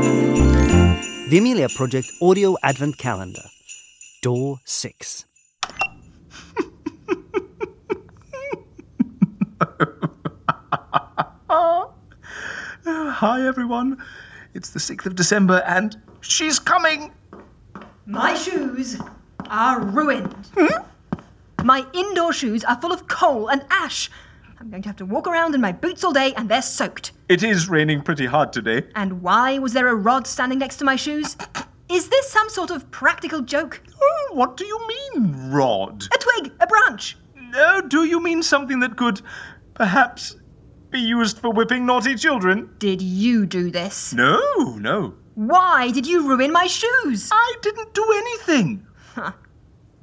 The Amelia Project Audio Advent Calendar, Door 6. Hi, everyone. It's the 6th of December, and she's coming! My shoes are ruined. My indoor shoes are full of coal and ash. I'm going to have to walk around in my boots all day and they're soaked. It is raining pretty hard today. And why was there a rod standing next to my shoes? Is this some sort of practical joke? Oh, what do you mean, Rod? A twig, a branch. No, do you mean something that could perhaps be used for whipping naughty children? Did you do this? No, no. Why did you ruin my shoes? I didn't do anything.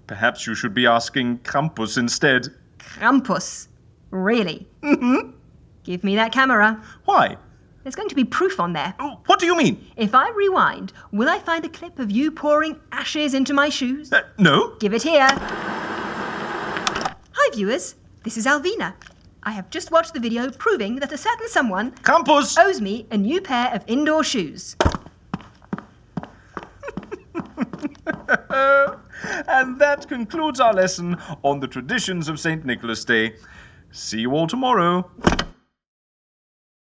Perhaps you should be asking Krampus instead. Krampus. Really? Mm-hmm. Give me that camera. Why? There's going to be proof on there. Oh, What do you mean? If I rewind, will I find a clip of you pouring ashes into my shoes? Uh, no? Give it here. Hi, viewers. This is Alvina. I have just watched the video proving that a certain someone Krampus! owes me a new pair of indoor shoes. And that concludes our lesson on the traditions of St. Nicholas Day. See you all tomorrow.